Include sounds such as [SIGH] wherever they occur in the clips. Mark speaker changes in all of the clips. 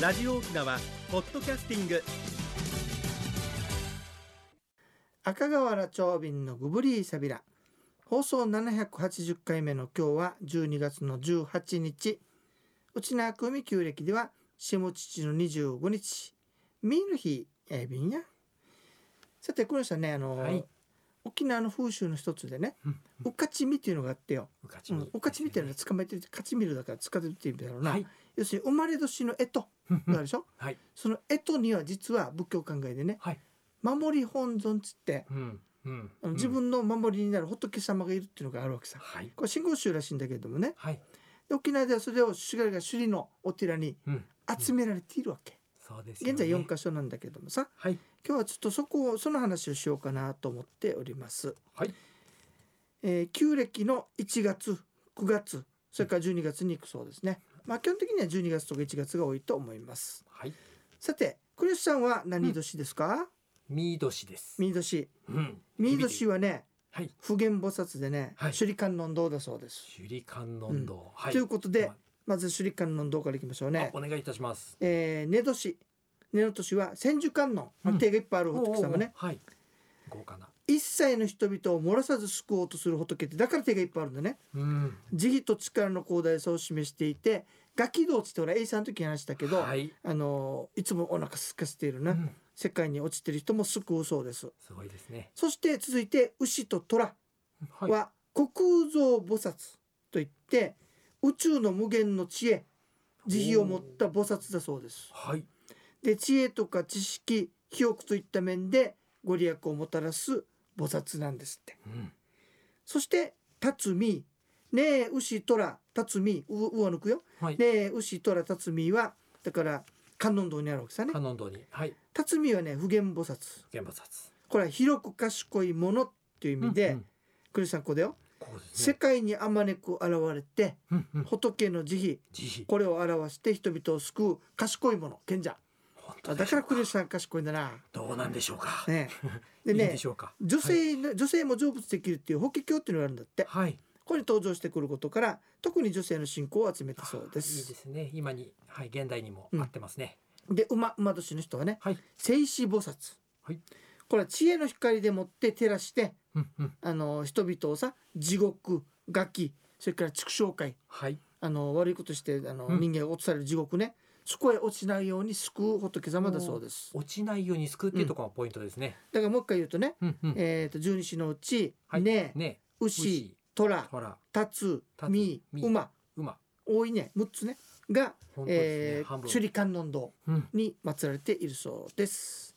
Speaker 1: ラジオ沖縄ポッドキャスティング
Speaker 2: 赤瓦長瓶のグブリーサビラ放送780回目の今日は12月の18日内縄久美旧暦では下父の25日ミーの日えー、便やさてこの人はねあの、
Speaker 3: はい
Speaker 2: 沖縄の風習の一つでねおかちみっていうのがあってよ、
Speaker 3: うかち
Speaker 2: う
Speaker 3: み、
Speaker 2: ん、おかちみっていうのは捕まえてる勝ちみるだから使ってるっていう意味だろうな、
Speaker 3: はい
Speaker 2: 要するに生まれ年の干
Speaker 3: うん
Speaker 2: 支があるでしょ
Speaker 3: はい
Speaker 2: その干支には実は仏教考えでね
Speaker 3: はい
Speaker 2: 守り本尊つって
Speaker 3: うんうん
Speaker 2: あの自分の守りになる仏様がいるっていうのがあるわけさ。
Speaker 3: はい
Speaker 2: これ信号宗らしいんだけれどもね
Speaker 3: はい
Speaker 2: で沖縄ではそれを主が首里のお寺に
Speaker 3: うん
Speaker 2: 集められているわけ、
Speaker 3: そうですよね
Speaker 2: 現在4箇所なんだけどもさ
Speaker 3: はい
Speaker 2: 今日はちょっとそこをその話をしようかなと思っております、
Speaker 3: はい
Speaker 2: えー旧暦の1月9月それから12月に行くそうですねまあ基本的には12月とか1月が多いと思います
Speaker 3: はい
Speaker 2: さてクリスさんは何年ですか、
Speaker 3: ミード氏です
Speaker 2: ミード氏
Speaker 3: うん
Speaker 2: ミード氏はね
Speaker 3: はい
Speaker 2: 普賢菩薩でね、
Speaker 3: はい
Speaker 2: 首里観音堂だそうです、
Speaker 3: 手裏観音堂、はい
Speaker 2: ということでまず首里観音堂からいきましょう
Speaker 3: あ
Speaker 2: ね
Speaker 3: お願いいたします
Speaker 2: えー、根年根の年は千手観音、まあ
Speaker 3: うん
Speaker 2: 手がいっぱいある仏様ね
Speaker 3: おーはい豪華な
Speaker 2: 一切の人々を漏らさず救おうとする仏ってだから手がいっぱいあるんだね
Speaker 3: うん
Speaker 2: 慈悲と力の広大さを示していてガキ道地ってほら A さんの時に話したけど、
Speaker 3: はい、
Speaker 2: あのーいつもお腹空かせているな、
Speaker 3: うん
Speaker 2: 世界に落ちてる人も救うそうです
Speaker 3: すごいですね
Speaker 2: そして続いて牛と虎
Speaker 3: はい
Speaker 2: は虚空蔵菩薩といって宇宙の無限の知恵慈悲を持った菩薩だそうです
Speaker 3: はい
Speaker 2: で知恵とか知識記憶といった面でご利益をもたらす菩薩なんですって
Speaker 3: うん
Speaker 2: そして辰巳ねえ牛虎辰巳ううを抜くよ
Speaker 3: はい、
Speaker 2: ねえ牛虎辰巳はだから観音堂にあるわけさね
Speaker 3: 観音堂にはい
Speaker 2: 辰巳はね普賢菩薩
Speaker 3: 現場札
Speaker 2: これは広く賢いものっていう意味で、
Speaker 3: うんうん
Speaker 2: クリスさんここだよ、
Speaker 3: ここです
Speaker 2: 世
Speaker 3: ね
Speaker 2: 界にあまねく現れて
Speaker 3: うんうん
Speaker 2: 仏の慈
Speaker 3: 慈
Speaker 2: 悲これを表して人々を救う賢いもの賢者
Speaker 3: 悲本当
Speaker 2: あだ
Speaker 3: でし
Speaker 2: か
Speaker 3: ょう
Speaker 2: らクリスさん賢いんだな
Speaker 3: どうなんでしょうか、
Speaker 2: ね
Speaker 3: [LAUGHS]
Speaker 2: えで
Speaker 3: いいん
Speaker 2: ね
Speaker 3: でしょうか
Speaker 2: 女性の、女性も成仏できるっていう法華経っていうのがあるんだって、
Speaker 3: はい
Speaker 2: これに登場してくることから特に女性の信仰を集めたそうで
Speaker 3: いい
Speaker 2: す
Speaker 3: で
Speaker 2: です
Speaker 3: ね。今に、はい、現代にも
Speaker 2: うん
Speaker 3: 合ってますね。
Speaker 2: 馬馬年の人はね
Speaker 3: はい。
Speaker 2: 聖子菩薩、
Speaker 3: はい
Speaker 2: これは知恵の光でもって照らして
Speaker 3: うんうん。
Speaker 2: あの人々をさ地獄餓鬼それから畜生界
Speaker 3: はい。
Speaker 2: あの悪いことしてあの、
Speaker 3: うん
Speaker 2: 人間が落とされる地獄ねそこへ落ちないように救う仏様だそうです
Speaker 3: 落ちないように救うっていうところがポイントですね。
Speaker 2: だからもう一回言うとね、
Speaker 3: うんうん。
Speaker 2: えー、と十二支のうち、
Speaker 3: はい
Speaker 2: ね
Speaker 3: ね。
Speaker 2: 牛、虎
Speaker 3: ほら、
Speaker 2: 辰
Speaker 3: 辰
Speaker 2: 巳
Speaker 3: 巳
Speaker 2: 馬
Speaker 3: 馬。
Speaker 2: 多いね6つねが、
Speaker 3: 本当ですね。
Speaker 2: えー
Speaker 3: 半分。
Speaker 2: 首里観音堂
Speaker 3: うん。
Speaker 2: に祀られているそうです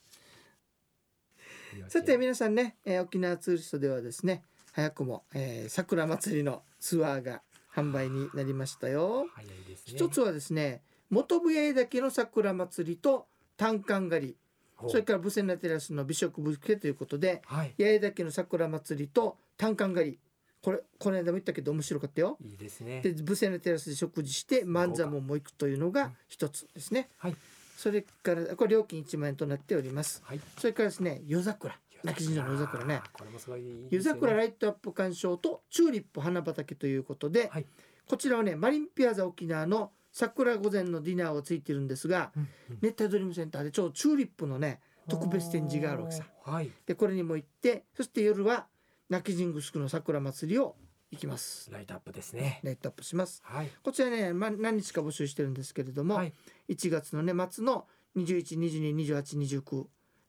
Speaker 2: さて皆さんね、えー沖縄ツーリストではですね早くも、えー桜祭りのツアーが販売になりましたよ
Speaker 3: 早いですね。
Speaker 2: 一つはですね元笛岳の桜祭りと単管狩り
Speaker 3: ほう
Speaker 2: それからブセナテラスの美食ブッフェということで
Speaker 3: はい。
Speaker 2: 八重岳の桜祭りと単管狩りこれこの間も言ったけど面白かったよ
Speaker 3: いいですね。
Speaker 2: でブセのテラスで食事して万座門も行くというのが一つですね、
Speaker 3: はい
Speaker 2: それからこれ料金1万円となっております
Speaker 3: はい。
Speaker 2: それからですね夜桜泣き神社の夜桜ね。
Speaker 3: これもすごいいいで
Speaker 2: 夜
Speaker 3: すよね。
Speaker 2: 桜ライトアップ鑑賞とチューリップ花畑ということで、
Speaker 3: はい
Speaker 2: こちらはねマリンピアザ沖縄の桜御前のディナーをついてるんですが
Speaker 3: うんうん
Speaker 2: 熱帯ドリームセンターで超チューリップのね特別展示があるわけさ。
Speaker 3: はい。
Speaker 2: でこれにも行ってそして夜は泣き神宮の桜祭りを行きます
Speaker 3: ライトアップですね。
Speaker 2: ライトアップします
Speaker 3: はい。
Speaker 2: こちらね、ま、何日か募集してるんですけれども、
Speaker 3: はい
Speaker 2: 1月のね末の21222829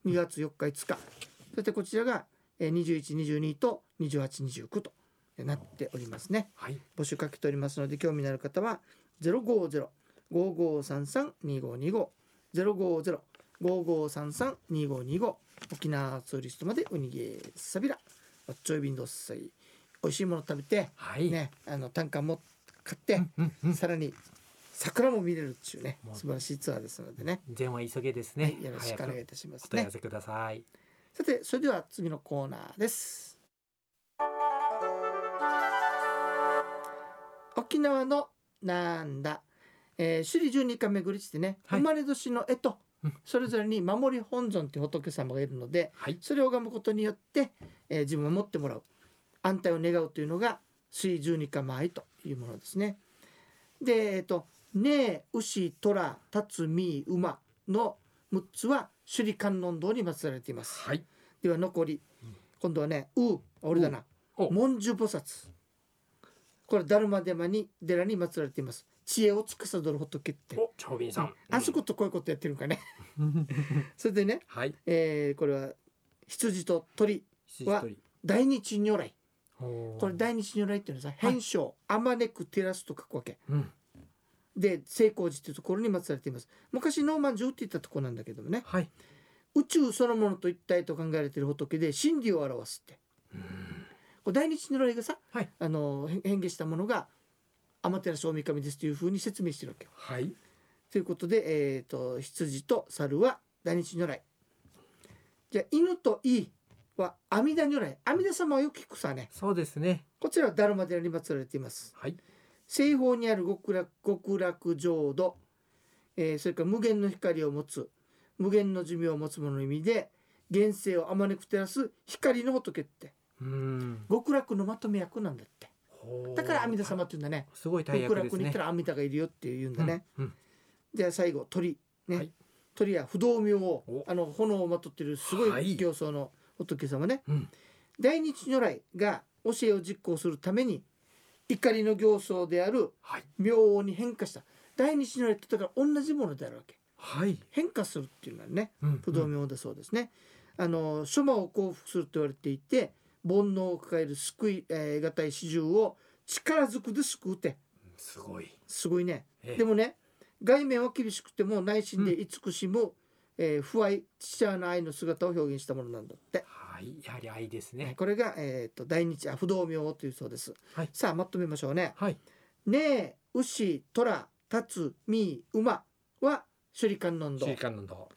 Speaker 2: 2月4日5日そしてこちらがえー2122と2829とえーなっておりますね
Speaker 3: はい。
Speaker 2: 募集かけておりますので興味のある方は050-5533-2525 050-5533-2525沖縄ツーリストまでウニゲーサビラおっちょいびんどっさい美味しいもの食べて
Speaker 3: はい。
Speaker 2: ね、あの単価も買って、
Speaker 3: うんうん。
Speaker 2: さらに桜も見れるっていうね
Speaker 3: もう
Speaker 2: 素晴らしいツアーですのでね、
Speaker 3: 電話急げです
Speaker 2: は
Speaker 3: ね。
Speaker 2: いよろしくお願いい
Speaker 3: 早
Speaker 2: たします
Speaker 3: お問い合
Speaker 2: ね
Speaker 3: わせください。
Speaker 2: さてそれでは次のコーナーです沖縄のなんだ、えー、首里十二巻巡り地でね、
Speaker 3: はい
Speaker 2: 生まれ年の絵と
Speaker 3: うん
Speaker 2: それぞれに守り本尊という仏様がいるので
Speaker 3: はい。
Speaker 2: それを拝むことによって、えー自分を持ってもらう安泰を願うというのが水十二か舞というものですね。で、えっとねえ牛虎辰巳馬の6つは首里観音堂に祀られています、
Speaker 3: はい。
Speaker 2: では残り今度はねう俺だな
Speaker 3: おお
Speaker 2: 文殊菩薩これ達磨山に寺に祀られています知恵を司る仏って
Speaker 3: お、長瓶さん。
Speaker 2: あそことこういうことやってるんかね [LAUGHS] それでね、
Speaker 3: はい。
Speaker 2: えーこれは羊と鳥
Speaker 3: 七時
Speaker 2: [LAUGHS]
Speaker 3: 取り。
Speaker 2: 大日如来
Speaker 3: こ
Speaker 2: これ。大日如来っていうのはさ変称あまねく照らすと書くわけ
Speaker 3: うん。
Speaker 2: で聖光寺っていうところに祀られています昔ノーマン寺って言ったところなんだけどもね
Speaker 3: はい。
Speaker 2: 宇宙そのものと一体と考えられている仏で真理を表すってこれ大日如来がさ、
Speaker 3: はい
Speaker 2: あのへ変化したものが天照大神ですというふうに説明してるわけよ。
Speaker 3: はい。
Speaker 2: ということで、えー、と羊と猿は大日如来じゃあ犬といいは阿弥陀如来阿弥陀様はよく聞くさね
Speaker 3: そうですね。
Speaker 2: こちらはダルマ寺に祀られています。
Speaker 3: はい。
Speaker 2: 西方にある極楽極楽浄土、えーそれから無限の光を持つ無限の寿命を持つものの意味で現世をあまねく照らす光の仏って
Speaker 3: うん。
Speaker 2: 極楽のまとめ役なんだって
Speaker 3: ほう
Speaker 2: だから阿弥陀様。って言うんだね
Speaker 3: すごい大
Speaker 2: 極
Speaker 3: 役で
Speaker 2: 楽
Speaker 3: す
Speaker 2: に行
Speaker 3: ね
Speaker 2: った。ら阿弥陀がいるよって言うんだね、
Speaker 3: うん。うん
Speaker 2: じゃあ最後鳥ね、
Speaker 3: はい
Speaker 2: 鳥や不動明王
Speaker 3: お
Speaker 2: あの炎をまとってるすご
Speaker 3: はいい
Speaker 2: 形相の仏様ね、
Speaker 3: うん
Speaker 2: 大日如来が教えを実行するために怒りの形相である
Speaker 3: はい。
Speaker 2: 明王に変化した第二次の列とから同じものであるわけ
Speaker 3: はい。
Speaker 2: 変化するっていうのはね
Speaker 3: うん
Speaker 2: 不動。明王だそうですね、あの諸魔を降伏すると言われていて煩悩を抱える救い、えー、がたい始終を力ずくで救うって
Speaker 3: うんすごい。
Speaker 2: すごいね
Speaker 3: ええ
Speaker 2: でもね外面は厳しくても内心で慈しむ、えー不愛父親の愛の姿を表現したものなんだって、
Speaker 3: はい。やはり愛です
Speaker 2: はい
Speaker 3: ね。
Speaker 2: これが、えー、と大日あ不動明王というそうです、
Speaker 3: はい
Speaker 2: さあまとめましょうね、
Speaker 3: はい。
Speaker 2: ねえ牛虎辰巳馬は首里観音堂
Speaker 3: 中間の道。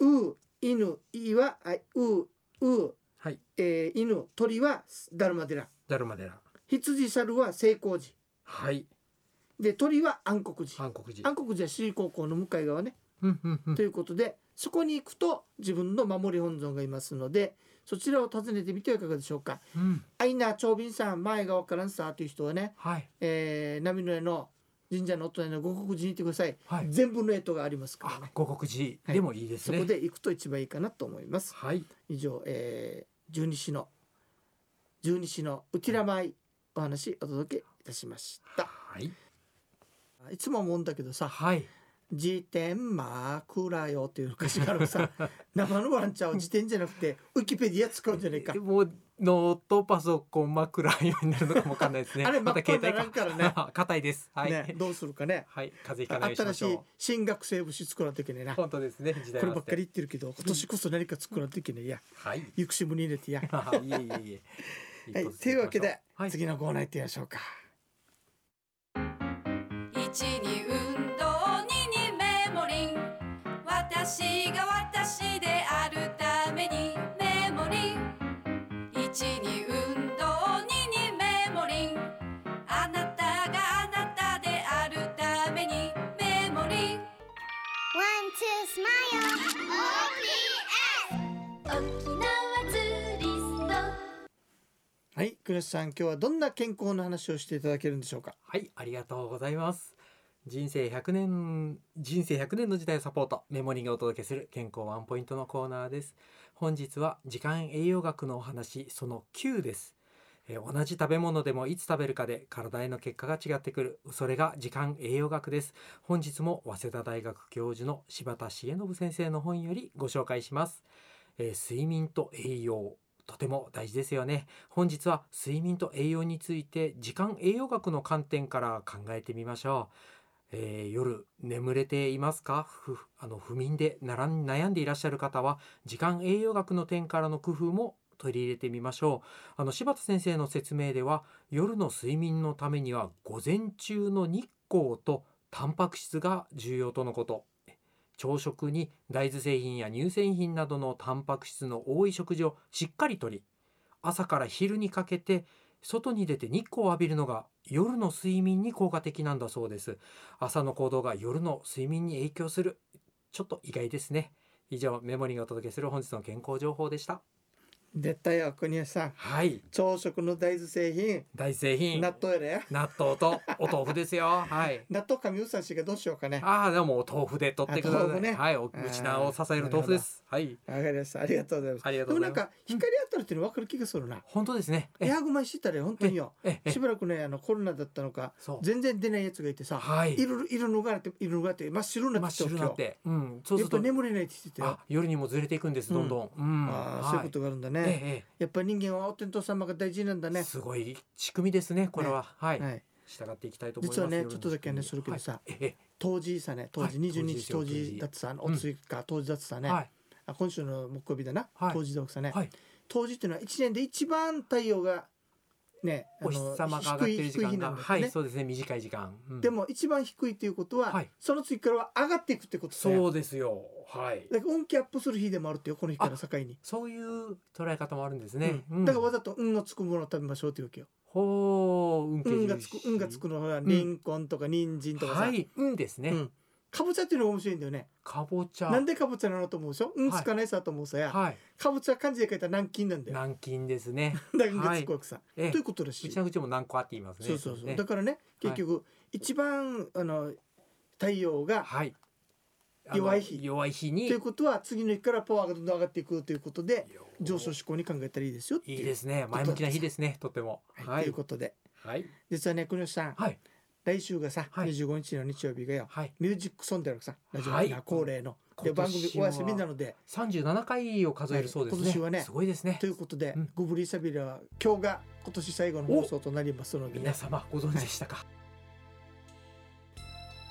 Speaker 2: う犬いはあうう、
Speaker 3: はい。
Speaker 2: えー、犬鳥はダルマ寺
Speaker 3: ダルマ寺。
Speaker 2: 羊猿は聖光寺
Speaker 3: はい。
Speaker 2: で鳥は暗黒寺
Speaker 3: 韓国人。
Speaker 2: 暗黒寺は私立高校の向かい側ね、
Speaker 3: うんうんうん
Speaker 2: ということでそこに行くと自分の守り本尊がいますのでそちらを訪ねてみてはいかがでしょうか
Speaker 3: うん。
Speaker 2: アイナ長瓶さん前がわからんさという人はね、
Speaker 3: はい。
Speaker 2: えー、波の絵の神社のお隣の五国寺に行ってください
Speaker 3: はい。
Speaker 2: 全部の干支がありますから
Speaker 3: あ
Speaker 2: ね、
Speaker 3: 五国寺でもいいです
Speaker 2: そ
Speaker 3: ね。
Speaker 2: こで行くと一番いいかなと思います
Speaker 3: はい。
Speaker 2: 以上、えー、十二支の十二支のうきらまいお話お届けいたしました
Speaker 3: はい。
Speaker 2: いつも思うんだけどさ
Speaker 3: はい。
Speaker 2: 「自転枕よ」っていう歌詞がある
Speaker 3: [LAUGHS]
Speaker 2: さ生のワンちゃんを自転じゃなくてウィキペディア使うんじゃないか
Speaker 3: えもうノートパソコン枕ようになるのかもわかんないですね。
Speaker 2: [LAUGHS] あれ
Speaker 3: また
Speaker 2: 真っ
Speaker 3: 携
Speaker 2: 赤に
Speaker 3: 帯
Speaker 2: ならんからね
Speaker 3: か。 [LAUGHS] 硬いです。はい。
Speaker 2: ねどうするかね
Speaker 3: はい。風邪ひかないよう
Speaker 2: 新
Speaker 3: にしま
Speaker 2: し
Speaker 3: しょ。
Speaker 2: いう新学生物作らなきゃいけないなこ
Speaker 3: 本当ですね。時代
Speaker 2: ればっか
Speaker 3: り。
Speaker 2: り言ってるけど今年こそ何か作らなきゃいけないいや
Speaker 3: はい。い
Speaker 2: 行くしむに入れてや
Speaker 3: えいえいえ。
Speaker 2: [LAUGHS] はい
Speaker 3: 一歩ずつ
Speaker 2: というわけで、
Speaker 3: 行きましょう
Speaker 2: 次のコーナー行ってみましょうか。
Speaker 4: 一に運動二にメモリン私が私であるためにメモリン一に運動二にメモリンあなたがあなたであるためにメモリン
Speaker 5: One, two, smile. OPS. 沖縄ツーリスト。
Speaker 2: はい、倉石さん、今日はどんな健康の話をしていただけるんでしょうか。
Speaker 3: はい、ありがとうございます。人生100年、人生100年の時代をサポート、メモリーがお届けする健康ワンポイントのコーナーです。本日は時間栄養学のお話、その9です。えー同じ食べ物でもいつ食べるかで体への結果が違ってくる。それが時間栄養学です。本日も早稲田大学教授の柴田重信先生の本よりご紹介します。えー睡眠と栄養、とても大事ですよね。本日は睡眠と栄養について時間栄養学の観点から考えてみましょう、えー夜眠れていますかふあの不眠でならん悩んでいらっしゃる方は時間栄養学の点からの工夫も取り入れてみましょうあの柴田先生の説明では夜の睡眠のためには午前中の日光とタンパク質が重要とのこと朝食に大豆製品や乳製品などのタンパク質の多い食事をしっかりとり朝から昼にかけて外に出て日光を浴びるのが夜の睡眠に効果的なんだそうです朝の行動が夜の睡眠に影響するちょっと意外ですね以上メモリーがお届けする本日の健康情報でした
Speaker 2: 出たよ国吉さん
Speaker 3: はい
Speaker 2: 朝食の大豆製品
Speaker 3: 大製品
Speaker 2: 納豆やれ
Speaker 3: 納豆とお豆腐で
Speaker 2: [LAUGHS]
Speaker 3: すよはい
Speaker 2: 納豆神うさしがどうしようかねわ
Speaker 3: ああでもお豆腐で取ってくだ
Speaker 2: あ
Speaker 3: さ
Speaker 2: 豆腐
Speaker 3: い、
Speaker 2: ね
Speaker 3: はいお
Speaker 2: あー
Speaker 3: うちなを支える豆腐ですはい
Speaker 2: かりましたありがとうございます
Speaker 3: ありがとう
Speaker 2: でも
Speaker 3: ございます
Speaker 2: なんか光当たるっていうの分かる気がするな
Speaker 3: 本当ですねえ
Speaker 2: エアグマしてたらよ本当によ
Speaker 3: ええ
Speaker 2: しばらくねあのコロナだったのか
Speaker 3: そう
Speaker 2: 全然出ないやつがいてさ
Speaker 3: はい
Speaker 2: 色色脱がれて色脱がれて真っ白に
Speaker 3: 真
Speaker 2: なっ
Speaker 3: っ
Speaker 2: てきた
Speaker 3: 白になってうんそ
Speaker 2: 今日やっ
Speaker 3: うする
Speaker 2: ぱ
Speaker 3: と
Speaker 2: 眠れないって言ってたよ
Speaker 3: あ夜にもずれていくんですどんどん、うん
Speaker 2: ああそういうことがあるんだ
Speaker 3: は
Speaker 2: ね
Speaker 3: え
Speaker 2: やっぱり人間はお天道様が大事なんだ
Speaker 3: えええ
Speaker 2: ね
Speaker 3: すごい仕組みですねこれは、はい、
Speaker 2: はい
Speaker 3: 従っていきたいと思います
Speaker 2: 実はね
Speaker 3: 夜の
Speaker 2: ちょっとだけねするけどさ
Speaker 3: はい、ええ
Speaker 2: 当時さね当時
Speaker 3: はい
Speaker 2: 22日当
Speaker 3: 当時ですよ
Speaker 2: 時だってさあの
Speaker 3: う
Speaker 2: お
Speaker 3: ん
Speaker 2: ついか当時だってさね
Speaker 3: はい
Speaker 2: あ今週の木曜日だな、
Speaker 3: はい
Speaker 2: 冬至だ奥さんね、
Speaker 3: はい
Speaker 2: 冬至っていうのは一年で一番太陽がねあの
Speaker 3: お日様が上がってる
Speaker 2: 低い
Speaker 3: 時
Speaker 2: 低い日な
Speaker 3: 間が、
Speaker 2: んだよ
Speaker 3: は
Speaker 2: ね、
Speaker 3: いそうですね短い時間、うん
Speaker 2: でも一番低いっていうことは、
Speaker 3: はい
Speaker 2: その次からは上がっていくってことだ
Speaker 3: そ
Speaker 2: よ
Speaker 3: うですよはい
Speaker 2: だから運気アップする日でもあるってよこの日から境に、
Speaker 3: そういう捉え方もあるんですね、
Speaker 2: うん
Speaker 3: うん
Speaker 2: だからわざと「運のつくものを食べましょう」っていうわけよ
Speaker 3: ほう運慶
Speaker 2: 運
Speaker 3: 印
Speaker 2: がつく運がつくのはリンコンとか人参とかさ、
Speaker 3: はい運ですね、
Speaker 2: うんかぼちゃっていうのが面白いんだよね
Speaker 3: かぼちゃ
Speaker 2: なんでかぼちゃなのと思うでしょ運つかないさと思うさや、
Speaker 3: はい
Speaker 2: かぼちゃ漢字で書いたら軟禁なんだよ
Speaker 3: 軟禁ですね
Speaker 2: だから運がつくわけさ、
Speaker 3: ええ
Speaker 2: ということらし
Speaker 3: う
Speaker 2: い
Speaker 3: ちのうちも何個あって言いますね
Speaker 2: そうそうそう、
Speaker 3: ね
Speaker 2: だからね
Speaker 3: はい
Speaker 2: 結局、一番あの太陽が
Speaker 3: はいあの
Speaker 2: 弱い日
Speaker 3: 弱い日
Speaker 2: と
Speaker 3: に
Speaker 2: いうことは次の日からパワーがどんどん上がっていくということで
Speaker 3: よー
Speaker 2: 上昇志向に考えたらいいですよってい
Speaker 3: いういですね前向きな日ですねとても
Speaker 2: はい、ということで
Speaker 3: はい
Speaker 2: 実はね国吉さん、
Speaker 3: はい
Speaker 2: 来週がさ、
Speaker 3: はい
Speaker 2: 25日の日曜日がよ
Speaker 3: はい
Speaker 2: ミュージックソンデルさんラジオ
Speaker 3: はい
Speaker 2: 沖縄恒例の、で
Speaker 3: 今年は
Speaker 2: 番組お休みなので
Speaker 3: 37回を数えるそうですね、
Speaker 2: はい今年はね
Speaker 3: すごいですね
Speaker 2: ということで、
Speaker 3: うん
Speaker 2: ゴブリーサビラは今日が今年最後の放送となりますのでね
Speaker 3: 皆様ご存知でしたか、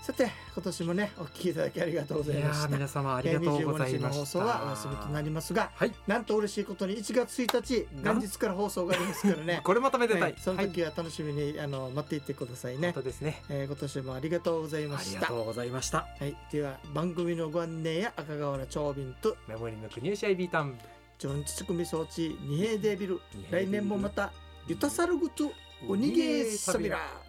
Speaker 2: さて今年もねお聞きいただきありがとうござい
Speaker 3: いや
Speaker 2: ました
Speaker 3: ー皆様あり
Speaker 2: え
Speaker 3: が
Speaker 2: ー
Speaker 3: とうござ
Speaker 2: 25
Speaker 3: い
Speaker 2: 日の
Speaker 3: ました
Speaker 2: 放送はお休みとなりますが、
Speaker 3: はい
Speaker 2: なんと嬉しいことに1月1日
Speaker 3: なん
Speaker 2: 元日から放送がありますから
Speaker 3: [LAUGHS]
Speaker 2: ね
Speaker 3: これまためでたい、
Speaker 2: はいその時は楽しみに、あの待っていてください
Speaker 3: 本
Speaker 2: ね
Speaker 3: 当、ですね
Speaker 2: えー今年もありがとうございま
Speaker 3: あ
Speaker 2: し
Speaker 3: り
Speaker 2: た
Speaker 3: がとうございました
Speaker 2: はい、では番組のご案内や赤瓦長瓶と
Speaker 3: メモリの国吉 IB タウン
Speaker 2: ジョンチチクミ装置二平デビル来年もまたゆたさるぐとおにげさびら